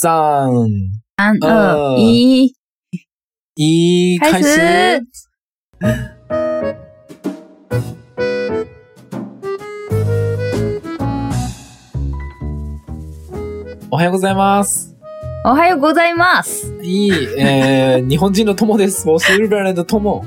三三二二一，一，开开始始。おはようございます。おはようございます。いい、えー、日本人の友です。我是日本人的友。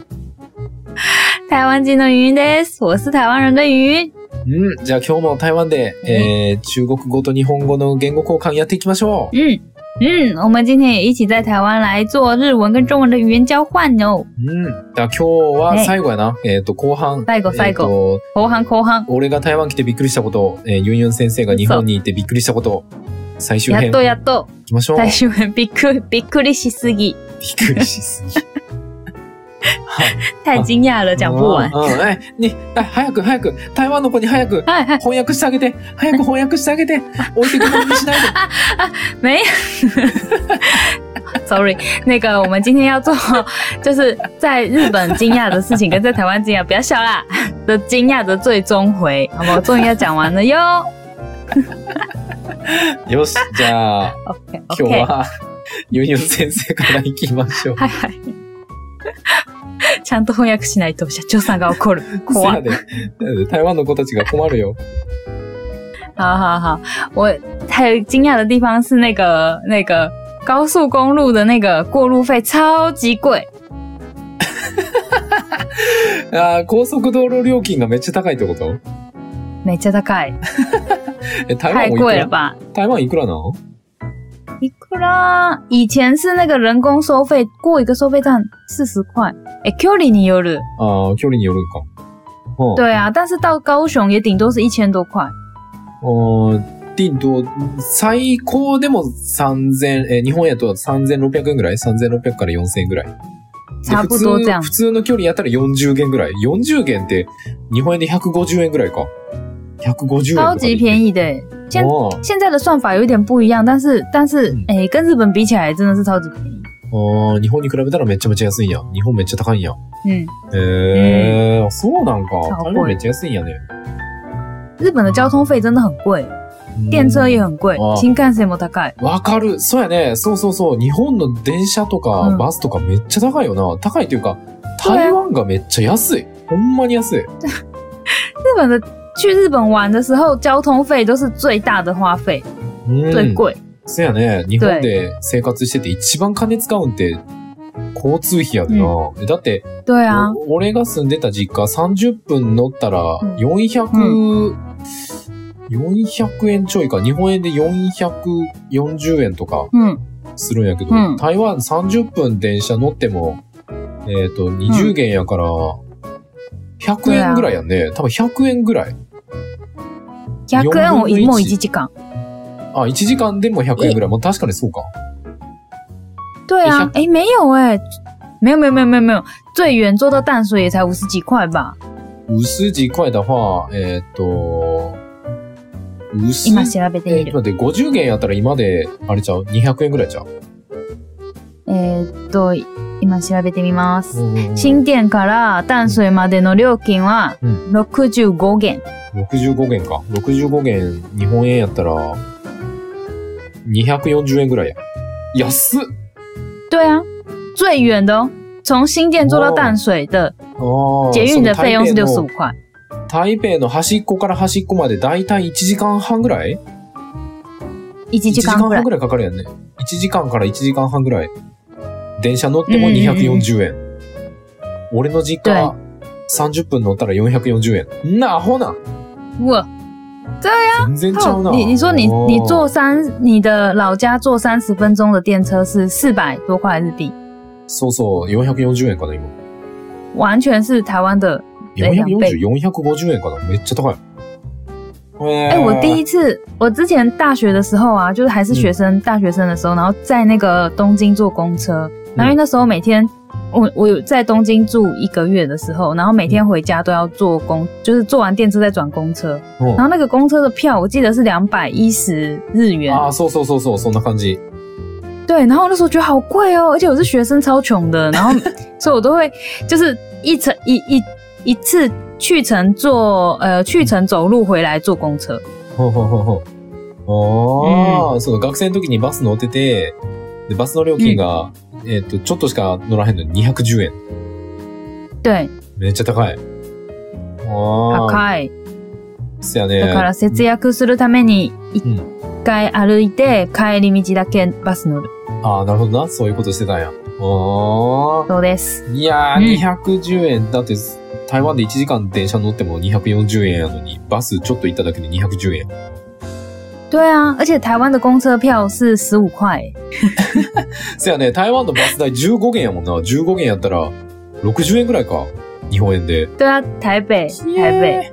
台湾人の云云です。我是台湾人的云云。うん、じゃあ今日も台湾で、えー、中国語と日本語の言語交換やっていきましょう。嗯嗯，我们今天也一起在台湾来做日文跟中文的语言交换哦。うん、じゃあ今日は最後やな。えっ、と、後半。最後最後えーと後半後半，俺が台湾来てびっくりしたこと、えーユンユン先生が日本にいてびっくりしたこと、最終や編っとやっと。行きましょう。最終編びっくびっくりしすびぎ，っくりし すぎ。はい太惊讶哦了，讲不完。うんうんえ、に、あ早く早く、台湾の子に早くはいはい翻訳してあげて、早く翻訳してあげて、置いてくぼりにしないで。没有 ，sorry，那个我们今天要做，就是在日本惊讶的事情跟在台湾惊讶，不要笑啦的惊讶的最终回，好不好？终于要讲完了哟。 よし、じゃあ、 OK 今日 OK，は、ユンユン先生から行きましょう。はいはい。 ちゃんと翻訳しないと社長さんが怒る。 怖せやい。で台湾の子たちが困るよ。好好好，我还有惊讶的地方是那个那个高速公路的那个过路费超级贵，あー高速道路料金がめっちゃ高いってことめっちゃ高い。え、台太湾もいく贵了ら吧？台湾いくらなの一个啦，以前是那个人工收费，过一个收费站四十块。哎，Q 里你有了，ああ、距離によるんか。うん。对啊，但是到高雄也顶多是一千多块。あーでど最高でも3000、えー日本やと3600円ぐらい ?3600 から4000円ぐらい。で差不多普这通样普通の距離やったら40元ぐらい。40元って日本円で150円ぐらいか。150円。超级便宜。宜的欸。现あー现在的算法有一点不一样，但是但是嗯哎、诶跟日本比起来真的是超级便宜。あー日本に比べたらめちゃめちゃ安いんや。日本めっちゃ高いんや。嗯，へえー、そうなんか。高い台湾めっちゃ安いんやね。日本的交通费真的很贵，电车也很贵哦，新干线も高い。わかる。そうやね。そうそうそう。日本の電車とうかんバスとかめっちゃ高いよな。高いというか、そうや台湾がめっちゃ安い。ほんまに安い。日本的去日本玩的时候，交通费都是最大的花费，うん。最贵。そうやね。日本で生活してて一番金使うんって、交通費やでな。だって、对啊，お俺が住んでた実家30分乗ったらうん400、400円ちょいか。日本円で440円とか。嗯，するんやけど、うん台湾30分電車乗っても、えっ、と、20元やから、100円ぐらいやんね。多分100円ぐらい。 100円を4分の1もう1時間。あ、1時間でも100円ぐらい。もう確かにそうか。对啊， 100哎，没有哎、没有没有没有没有没有，最远坐到淡水也才五十几块吧。薄字超えたは、えっ、と、薄今調べてえーみる。待って、50元やったら今で、あれちゃう ?200 円ぐらいちゃうえーっと、今調べてみます。新新店から淡水までの料金はうん65元。 65元か。65元、日本円やったら、240円ぐらいや。安っ对啊，最远的哦，从新店坐到淡水的あー捷運的费用是その台北の台北の65块。端っこから端っこまでだいたい1時間半ぐらい1時間ぐらい。ぐらいかかるやんね。1時間から1時間半ぐらい。電車乗ってもうんうんうん240円。俺の実家、30分乗ったら440円。んな、アホな。うわ、全然ちゃ靠うな。哦你你说你おー你坐三你的老家坐三十分钟的电车是四百多块日币，そうそう、440円かな、今。完全是台湾的对两倍440、450円かな。めっちゃ高い。え哎、我第一次，我之前大学的时候啊，就是还是学生，大学生的时候，然后在那个东京坐公车，然后因为那时候每天，我我有在东京住一个月的时候，然后每天回家都要坐公，就是坐完电车再转公车，うん然后那个公车的票我记得是两百一十日元，あーそうそうそうそう、そんな感じ。对，然后我那时候觉得好贵哦，而且我是学生，超穷的，然后 所以我都会就是一程一一一次去程坐呃去程走路回来坐公车。ほうほうほうほうああ、そう、学生の時にバス乗ってて、で、バスの料金が、えっ、と、ちょっとしか乗らへんのに210円。对，めっちゃ高い。ああ、高い。そやね。だから節約するために一うん回歩いて帰り道だけバス乗る。ああ、なるほどな。そういうことしてたんや。あそうです。あ。いやうんー、210円。だって、台湾で1時間電車乗っても240円やのに、バスちょっと行っただけで210円。对啊，而且台湾的公车票是十五块欸，そやね、台湾のバス代15元やもんな。15元やったら、60円くらいか。日本円で。对啊，台北台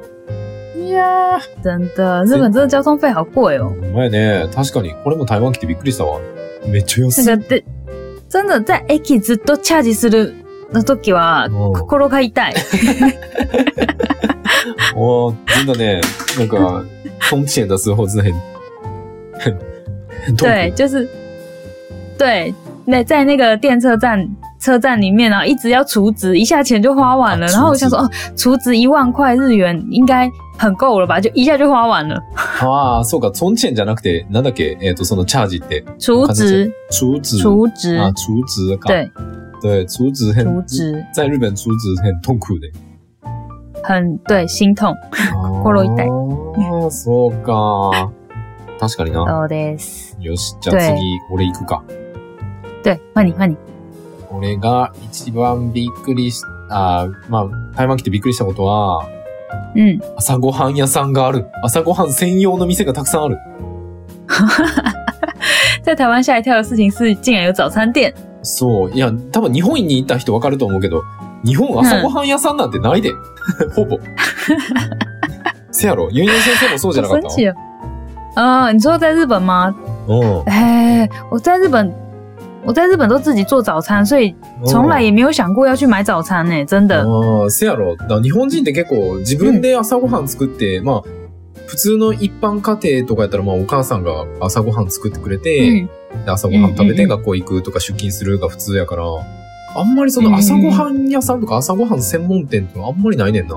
北いやー。真的日本真的交通费好贵哦，ほんまやね。確かに、これも台湾来てびっくりしたわ。めっちゃ安那い。个で真的在駅ずっとチャージするの時はうん心が痛い。哦，真的呢，那个风险的时候真的很 很很痛对，苦。就是对，那在那个电车站车站里面啊，一直要储值，一下钱就花完了。啊然后我储值想说，哦，储值一万块日元应该很够了吧？就一下就花完了。ああ、そうか、存钱じゃなくて、なんだっけ、えっ、と、そのチャージって、储值，储值。储值，啊，储值か。对，对，储值很储值在日本储值很痛苦的。很对，心痛。心痛いああ、そうか。確かにな。そうです。よし、じゃあ次、俺行くか。对，换你，换你。俺が一番びっくりし、あーまあ、台湾来てびっくりしたことは、嗯，朝ごはん屋さんがある。朝ごはん専用の店がたくさんある。在台湾吓一跳的事情是，竟然有早餐店。そう。いや、多分日本に行った人わかると思うけど、日本朝ごはん屋さんなんてないで。ほぼ。せやろ。ゆんゆん先生もそうじゃ好なかった神奇哦！啊，你说在日本吗？うん哎，我在日本，我在日本都自己做早餐，所以うん。从来也没有想过要去买早餐呢、真的。ああ、せやろ。だから日本人って結構自分で朝ごはん作って、まあ、普通の一般家庭とかやったら、まあお母さんが朝ごはん作ってくれて、嗯，で朝ごはん食べうんうんうてん学校行くとか出勤するが普通やから、あんまりその朝ごはん屋さんとか朝ごはん専門店ってあんまりないねんな。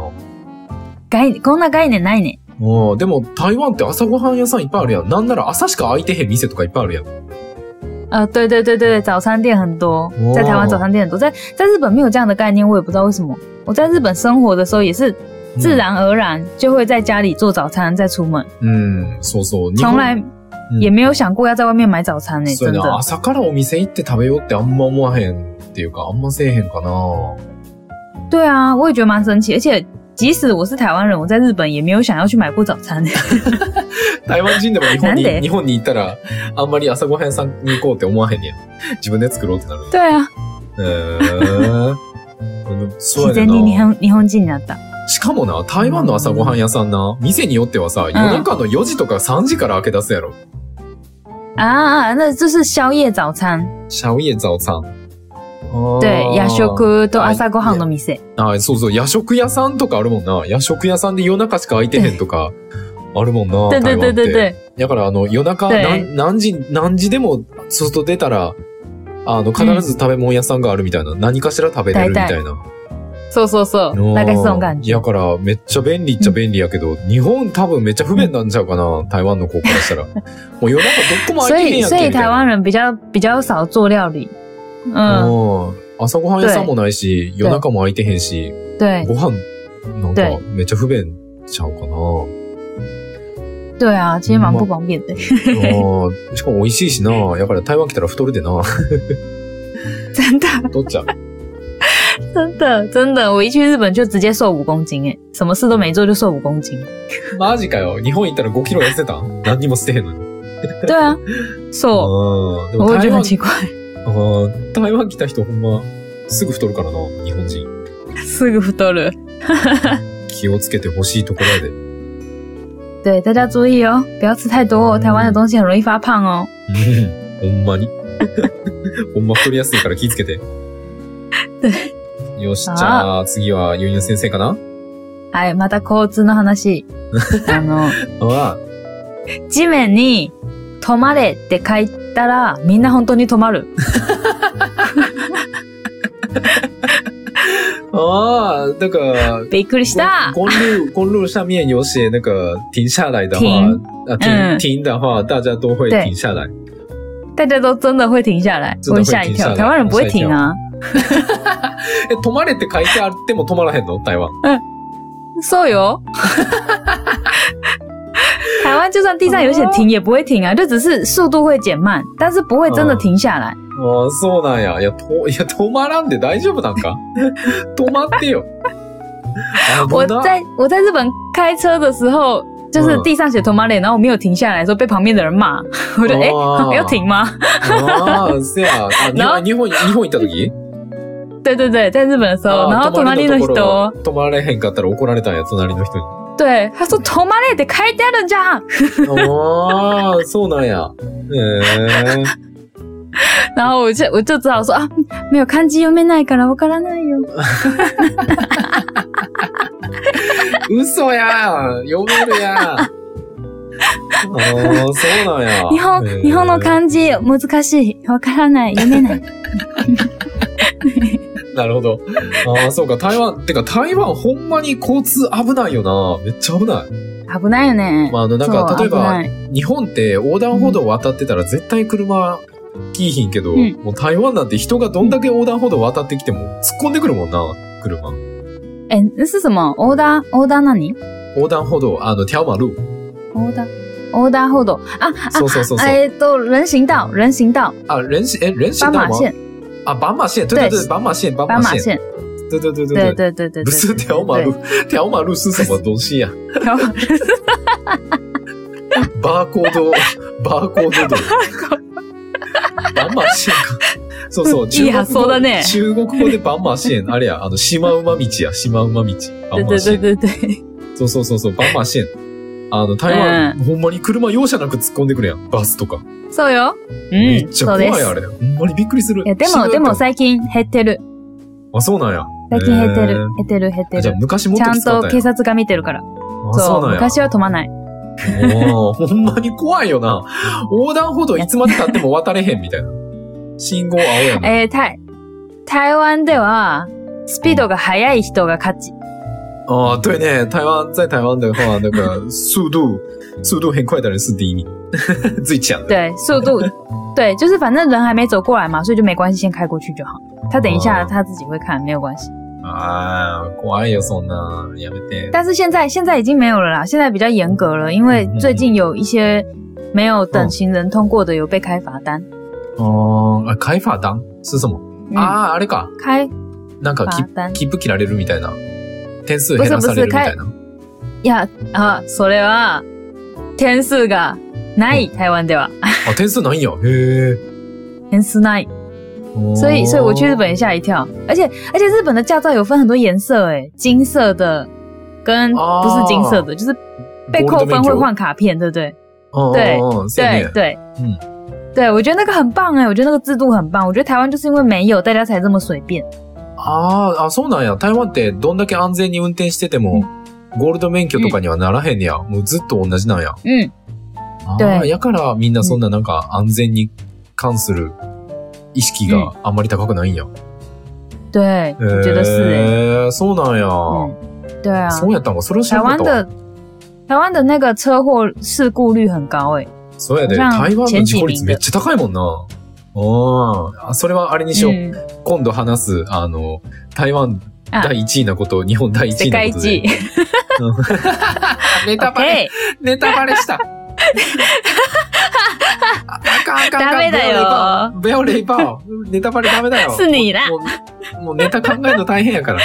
概こんな概念ないね。うん、でも台湾って朝ごはん屋さんいっぱいあるやん。なんなら朝しか開いてへん店とかいっぱいあるやん。呃，对对对对对，早餐店很多，在台湾早餐店很多，在在日本没有这样的概念，我也不知道为什么。我在日本生活的时候也是自然而然就会在家里做早餐，再出门，うん、そうそう。日从本来也没有想过要在外面买早餐呢、そう真やな。的。朝からお店行って食べようってあんま思わへんっていうか、あんませえへんか な。对啊，我也觉得蛮神奇，而且即使我是台湾人，我在日本也没有想要去买过早餐、 台湾人でも日本なんでに、日本に行ったら、あんまり朝ごはん屋さんに行こうって思わへんねや。自分で作ろうってなる。对啊，へえ。そう自やね然んなに日本日本人になった。しかもな、台湾の朝ごはん屋さんな、店によってはさ、夜中の4時とか3時から開け出すやろ。啊啊，啊那就是宵夜早餐，宵夜早餐。对，夜食とあ朝ごはんの店。あ、そうそう、夜食屋さんとかあるもんな。夜食屋さんで夜中しか開いてへんとか、あるもんな。对对台湾对って对对，だから、あの、夜中、对何何時、何時でも外出たら、あの、必ず食べ物屋さんがあるみたいな。何かしら食べれるみたいな。そうそうそうんう，大概是这种感觉。やから、めっちゃ便利っちゃ便利やけど、日本多分めっちゃ不便なんちゃうかな、台湾の子から したら。もう夜中どこも所空いてへん以やん所け以みたい台湾な。人比较比较少做料理，嗯，うん朝ごはん屋さんもないし、夜中も空いてへんし、对ご飯なんか对めっちゃ不便ちゃうかな。对啊，其实蛮不方便的。うんしかも美味しいしな。やから台湾来たら太るでな。真的太っちゃう。真的真的，我一去日本就直接瘦五公斤，哎，什么事都没做就瘦五公斤。 マジかよ。日本行ったら5キロ痩せたん何にもしてへんのに。对啊，瘦，うんでも我台觉得湾很奇怪。うん台湾来た人ほんま、すぐ太るからな、日本人。四个多了，気をつけてほしいところやで。对大家注意哦，不要吃太多哦，台湾的东西很容易发胖哦。 ほんまに。ほんま太りやすいから気ぃつけて。よし、じゃあ次はゆんゆん先生かな哎，また交通の 話。あの。あ地面に止まれって書いたら、みんな本当に止まる。あ、啊，那个びっくりした。公路公路上面有写那个停下来的话停，啊停、嗯停的话，大家都会对停下来。大家都真的会停下来，真我的会会吓一停下跳。来台湾人不会停啊，え、止まれって書いてあっても止まらへんの台湾。そうよ。台湾就算地上有写停也不会停啊，就只是速度会减慢，但是不会真的停下来。ああ、そうなんや。いや、と、いや、止まらんで大丈夫なんか止まってよ。我危な在我在日本开车的时候，就是地上写 t o m a l e 然后我没有停下来的时候，被旁边的人骂， 我就哎、哦要停吗？ ああ、せや。あ日然后本、日本、日本行った時对对对，在日本的时候，然ああ后 t o m a l e 隣的ところは人，止まられへんかったら怒られたんや、隣の人に。对他说 t o m a l e 得开掉人家， ああ、そうなんや。へえ。然后我就我就只好说啊，没有看机又没奈からわからないよ。嘘やん読めるやんあーそうなんや。日本へー日本の漢字難しいわからない読 めない。なるほど。ああ、そうか、台湾、てか台湾ほんまに交通危ないよな。めっちゃ危ない。危ないよね。まあ、あの、なんそか、う例え危ばな、い日本って横断歩道渡ってたら絶対車来いひんけど、うんもう台湾なんて人がどんだけ横断歩道渡ってきても突っ込んでくるもんな、車。哎，那是什么？欧达欧达那里？横断歩道、あの、テャマルー。欧达欧达后头啊そうそうそう啊！そう。哎，都人行道人行道あ、人行、え、人行斑道马吗线あ、斑马线。对对对、对斑马线、斑斑马马线。线，对对对对对对。对对对对，不是对条马路，条马路是什么东西呀、对条马路バーコード、 バーコード的。斑马 线か。そうそう、いやそうだね中国語で斑馬線、あれや、あの、シマウマ道や、シマウマ道。 斑对馬对对線。对对，そうそうそうそう、斑馬線。あの、台湾、ほんまに車容赦なく突っ込んでくるやん、バスとか。そうよ。めっ嗯，ちゃ怖でいあす。れ。ほんまにびっくりする。いやで死ぬもよでも最近減ってる。あ、そうなんや。最近減ってるへ減ってる減ってー。じゃある。昔もっちとゃきんつかったとんや警察が見てるから。あ、そそううなんや。昔は止まない。もう、 ほんまに怖いよな。横断歩道いつまで経っても渡れへんみたいな。信号青やな。えー、台台湾ではスピードが速い人が勝ち。ああ、对ね。台湾、在台湾的话、那个、速度、速度很快的人是第一 名。最强的。对，速度，对，就是反正人还没走过来嘛，所以就没关系，先开过去就好。他等一下哦他自己会看，没有关系。ああ、怖いよ、そんな。やめて。但是现在现在已经没有了啦，现在比较严格了，因为最近有一些没有等行人通过的有被开罚单。ああ、開发单是什么嗯，ああ、あれか。开なんか、罚切单切符切られるみたいな。点数減らされるみたいな。呀啊，それは点数がない台湾ではあ、点数ないんや。へえ。点数ない，所以所以哦我去日本也吓一跳，而且而且日本的驾照有分很多颜色诶、金色的跟哦不是金色的，就是被扣分会换卡片，对不对？本对对对对，嗯，对，我觉得那个很棒哎、我觉得那个制度很棒。我觉得台湾就是因为没有，大家才这么随便。あーあ、そうなんや。台湾ってどんだけ安全に運転してても、ゴールド免許とかにはならへんねや。もうずっと同じなんや。嗯，あ对あ、やからみんなそんななんか安全に関する意識があんまり高くないんや。へ对，我觉得是哎、えそうなんや。嗯，对啊，そうやったんか。それを知台らな湾かったわ。的台湾的那个车祸事故率很高哎、そうやで。好像台湾の事故前率幾名めっちゃ高いもんな。あーあ、それはあれにしよう。嗯，今度話す、あの、台湾第1位なこと、日本第1世位な界ことで。一。あ ネタバレ OK，ネタバレ した。ああかんあかんあかん。ダメだよベオレイパー。ベオレイパー。ネタバレダメだよ。是你啦もうもうもうネタ考えるの大変やから。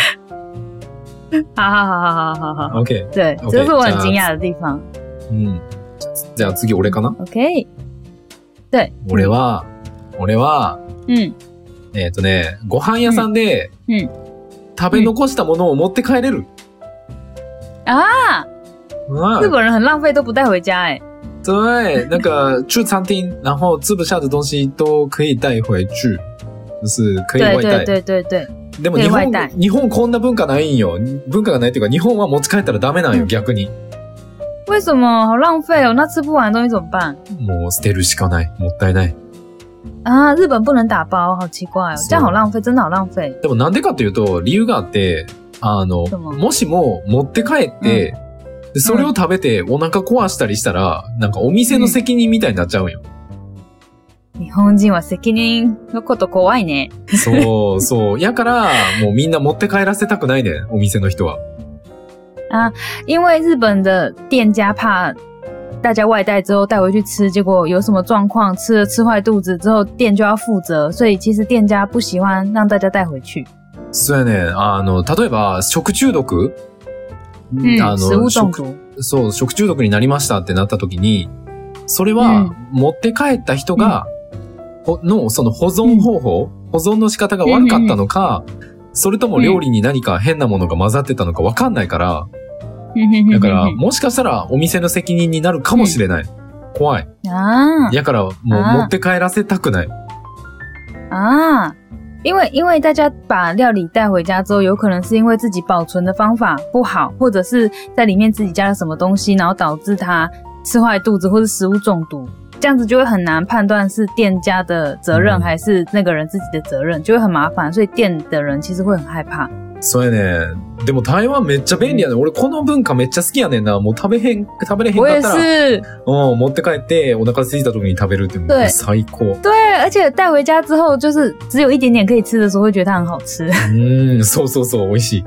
好好好好好好好， OK。对 OK，这是我很惊讶的地方。うん。じゃあ次俺かな OK，俺は、俺は、嗯，えっ、とね、ご飯屋さんで、うんう食べ残したものを持って帰れる。啊，うん日本人很浪费，都不带回家哎、对，那个去餐厅，然后吃不下的东西都可以带回去，就是可以外对带。对对对对，でも日本手を巻いた、日本こんな文化ないんよ。文化がないっていうか、日本は持ち帰ったらダメなんうよ、ん逆に。为什么好浪费哦？那吃不完的东西怎么办？もう捨てるしかない。もったいない。啊，日本不能打包，好奇怪哦，そう这样好浪费，真的好浪费。でもなんでかというと、理由があって、あの、でももしも持って帰って、でそれを食べてお腹壊したりしたら、なんかお店の責任みたいになっちゃ うんよ。日本人は責任のこと怖いね。そう、そう。やから、もうみんな持って帰らせたくないねん、お店の人は。因为日本的店家怕大家外带之后带回去吃，结果有什么状况，吃了吃坏肚子之后，店就要负责，所以其实店家不喜欢让大家带回去。そうやねん。あの、例えば、食中毒嗯，食物中啊食毒。そう、食中毒になりましたってなった時に、それうはん、持って帰った人が、ほの、その保存方法、保存の仕方が悪かったのか、それとも料理に何か変なものが混ざってたのかわかんないから、嗯だから、もしかしたらお店の責任になるかもしれない。怖い。啊やから、もうあー持って帰らせたくない。啊！因为因为大家把料理带回家之后，有可能是因为自己保存的方法不好，或者是在里面自己加了什么东西，然后导致他吃坏肚子或是食物中毒，这样子就会很难判断是店家的责任嗯还是那个人自己的责任，就会很麻烦，所以店的人其实会很害怕。そうやね。でも台湾めっちゃ便利やね。俺この文化めっちゃ好きやねんな。もう食べへん、食べれへん我かっ也たら、是，うん、持って帰ってお腹空いた時に食べるっても对う最高。对，而且带回家之后，就是只有一点点可以吃的时候，会觉得它很好吃。うん、そうそうそう、美味しい。い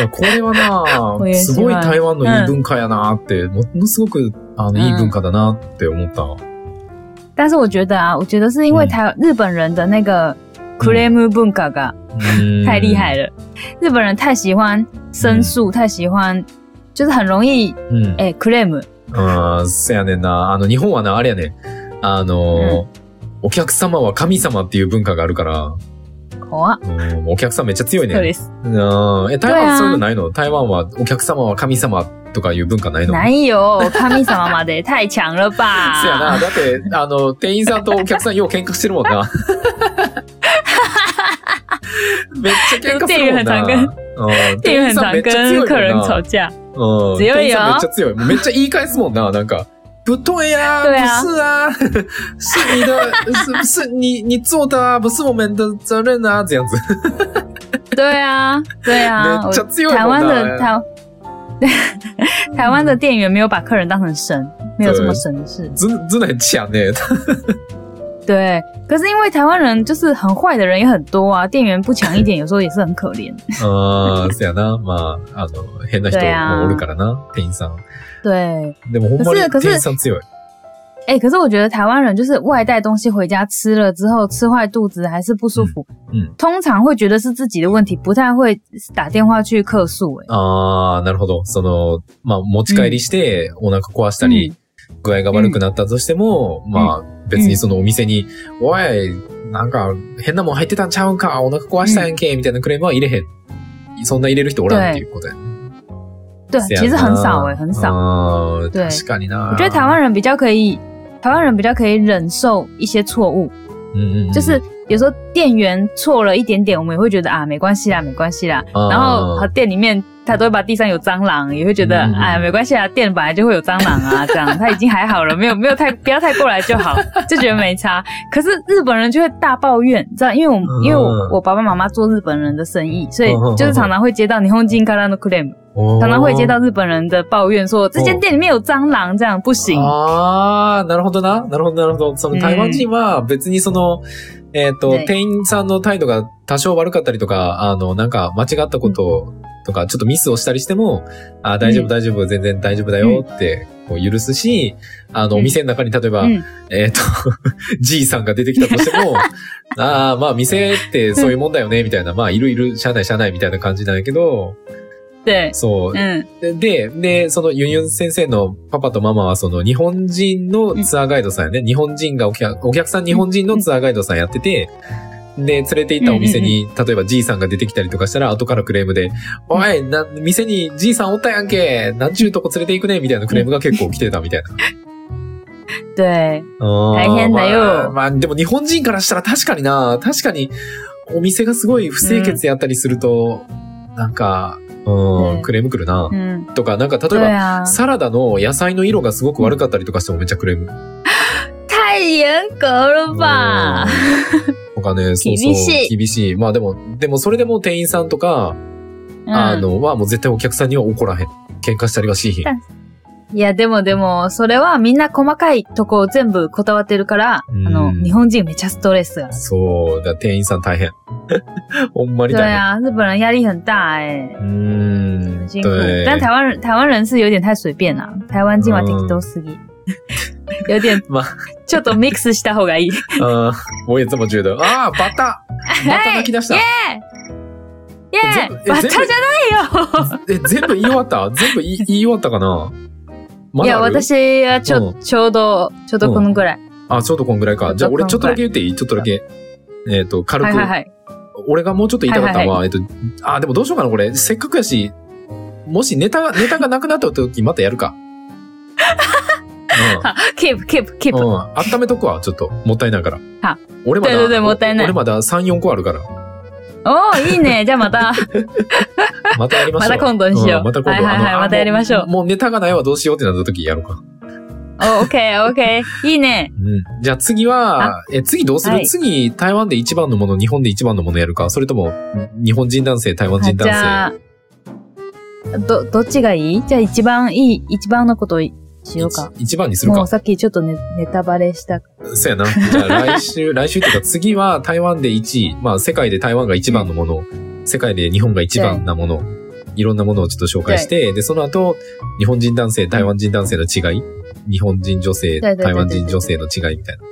やこれは美な、味しいすごい台湾のいい文化やなって、ものすごくあのいい文化だなって思った。但是我觉得啊，我觉得是因为嗯台、日本人的那个 cream b u n g a g a うん太厉害了。日本人太喜欢申诉，太喜欢，就是很容易うん。哎、claim。あーせやねんな。あの、日本はな、あれやねん。あのー、お客様は神様っていう文化があるから、好啊，うんお客さんめっちゃ強いね特ん。别是うんえ、台对湾啊そういうのないの台湾はお客様は神様とかいう文化ないの男友，卡米萨妈妈的也 太强了そうや吧な。！だって、あの、店員さんとお客さんよう喧嘩してるもん な。めっちゃ喧嘩するもんな。うん店员很常跟客人吵店員さんめっちゃ強いもんなうん店員さんめっちゃ強い。架，強いよもうめっちゃ言い返すもんな、なんか。不对呀、对啊不是啊， 是你的，是是你你做的啊，不是我们的责任啊，这样子。对啊，对 啊，めっちゃ強我い台もん湾な。的台。台 湾的店员没有把客人当成神，没有这么神似。真真的很强哎、对，可是因为台湾人就是很坏的人也很多啊，店员不强一 点，有时候也是很可怜。ああ、そやな。まあ、あの、変な人もおるからな、店員さん。对，でもほんまに可是可是店員さん強い。哎、可是我觉得台湾人就是外带东西回家吃了之后，吃坏肚子还是不舒服，嗯嗯通常会觉得是自己的问题，不太会打电话去客诉、哦あ哎，あ、なるほど。その、まあ、持ち帰りして、お腹壊したり、具合が悪くなったとしても、まあ、別にそのお店に、おい、なんか、変なもん入ってたんちゃうんか、お腹壊したやんけ、みたいなクレームは入れへん。そんな入れる人おらんっていうことや。对，せやな其实很少、哎，很哦少。あー对確かにな。我觉得台湾人比较可以，台湾人比较可以忍受一些错误，嗯うんうん、就是有时候店员错了一点点，我们也会觉得啊，没关系啦，没关系啦。あー然后他店里面他都会把地上有蟑螂，也会觉得嗯哎没关系啊，店本来就会有蟑螂啊，这样他已经还好了，没有没 有太不要太过来就好，就觉得没差。可是日本人就会大抱怨，你知道，因为我们嗯因为我我爸爸妈妈做日本人的生意，所以嗯嗯就是常常会接到你虹金卡拉的 claim，常常会接到日本人的抱怨说这间店里面有蟑螂，这样不行。哦ああ、なるほどな。なるほど、なるほど。その台湾人は別にその、えっ、と、ね店員さんの態度が多少悪かったりとか、あの、なんか間違ったこととか、ちょっとミスをしたりしても、あー大丈う夫、ん大丈夫、全然大丈夫だよって、こう許すし、あの、うんお店の中に例えば、嗯，えっ、と、 じいさんが出てきたとして も、ああ、まあ、店ってそういうもんだよね、みたいな、まあ、いるいる、社内社内みたいな感じなんやけど、对，そう、嗯で、で、そのユンユン先生のパパとママはその日本人のツアーガイドさんやね。日本人がお客、お客さん日本人のツアーガイドさんやってて、で、連れて行ったお店に、例えばじいさんが出てきたりとかしたら、後からクレームで、おい、な、店にじいさんおったやんけなんちゅうとこ連れて行くねみたいなクレームが結構来てたみたいな。对，あー大変だよまあ、まあでも日本人からしたら確かにな、確かにお店がすごい不清潔やったりすると、なんか、うねん、クレーム来るな。嗯，とか、なんか例え对ば、啊，サラダの野菜の色がすごく悪かったりとかしてもめっちゃクレーム。太太严格了吧？嗯とか ね、そうそう。厳し厳しい。まあでも、でもそれでも店員さんとか、あうんの、はもう絶対お客さんには怒らへん。喧嘩したりはしひん。だいや、でもでも、それはみんな細かいとこを全部こだわってるから、あうんの、日本人めっちゃストレスが。そう、だから店員さん大変。 ほんまに对大変。啊，日本人压力很大哎、うーん很，辛苦。对。但台湾人台湾人是有点太随便啦、台湾今は適当すぎ。有点 まあ、ちょっと mix した方が いい。あー我也这么觉得。ああ、バターバター泣き出した。耶、全部えバッタ じゃないよえ、全部言い終わった全部 言い言い終わったかなまいや、だある。私はちょ、うちょうど、ちょうどこのぐらい。あ、ちょうどこんぐらいか。じゃあ俺ちょっとだけ言っていいちょっとだけ。えっと、軽はいくはい。はい。俺がもうちょっと言いたかったのは、はえっと、あ、でもどうしようかな、これ。せっかくやし、もしネタが、ネタがなくなった時、またやる か。好 keep う keep ん。う keep。ん。温めとくわ、ちょっと。もったいないから。あ俺まだ、对对对もったいない俺まだ3、4個ある から。おー、いいね。じゃあまた、またやりましまょう。た今度にしよう。んまた今はい度。はいはい。あのまたやりましょあう。もうネタがないわ、どうしようってなった時やろうか。お、OK OK。いいね。うん。じゃあ次は、え、次どうする、はい次、台湾で一番のもの、日本で一番のものやるか。それとも、日本人男性、台湾人じ男性。ゃあ、ど、どっちがいいじゃあ一番いい、一番のことしようか。一一番にするかもう。さっきちょっとネネタバレした。そうやな。じゃあ来週、 来週っていうか次は台湾で1位。まあ世界で台湾が一番のもの。世界で日本が一番なもの。いろんなものをちょっと紹介して、で、その後、日本人男性、台湾人男性の違い。日本人女性、对对对台湾人女性の違いみたいな。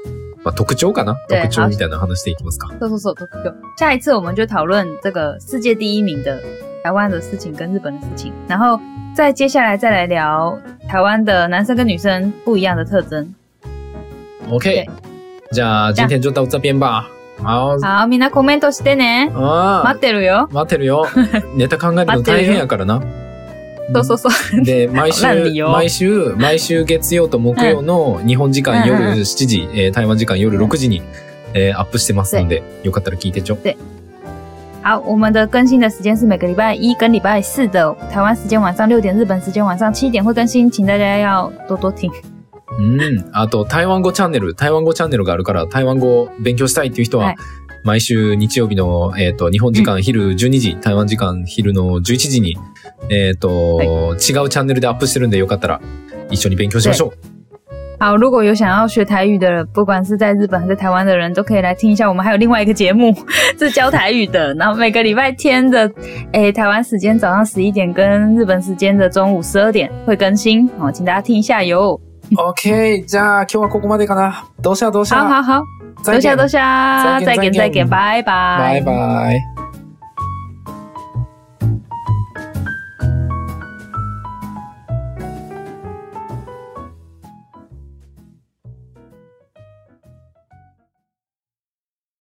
まあ特徴かな对特徴みたいな話していきますか。そうそうそう。有下一次我们就讨论这个世界第一名的台湾的事情跟日本的事情，然后再接下来再来聊台湾的男生跟女生不一样的特征。 OK。じゃあ、今天就到这边吧。好。好，みんなコメントしてね。あ待ってるよ。ー待ってる よ。ネタ考えるの大変やからな。そうそうそ う。で、毎ランデ週、ィを毎週、毎週月曜と木曜の日本時間うんうん夜7時、えー台湾時間夜6時に、えーアップしてますので、よかったら聞いてちょ。好，我们的更新的时间是每个礼拜一跟礼拜四的台湾时间晚上六点，日本时间晚上七点会更新，请大家要多多听。うん。あと、台湾語チャンネル、台湾語チャンネルがあるから、台湾語を勉強したいっていう人は、はい毎週日曜日の、えっ、と、日本時間昼12時、台湾時間昼の11時に、えっ、と、はい違うチャンネルでアップしてるんで、よかったら、一緒に勉強しましょう。好，如果有想要学台语的人，不管是在日本还是台湾的人，都可以来听一下。我们还有另外一个节目 是教台语的，然后每个礼拜天的，诶、台湾时间早上十一点跟日本时间的中午十二点会更新哦，请大家听一下哟。 OK! じゃあ、今日はここまでかな。どうしたどうし好た好好，啊再多见下多下，再再见见再再见见，拜バ拜イバイ。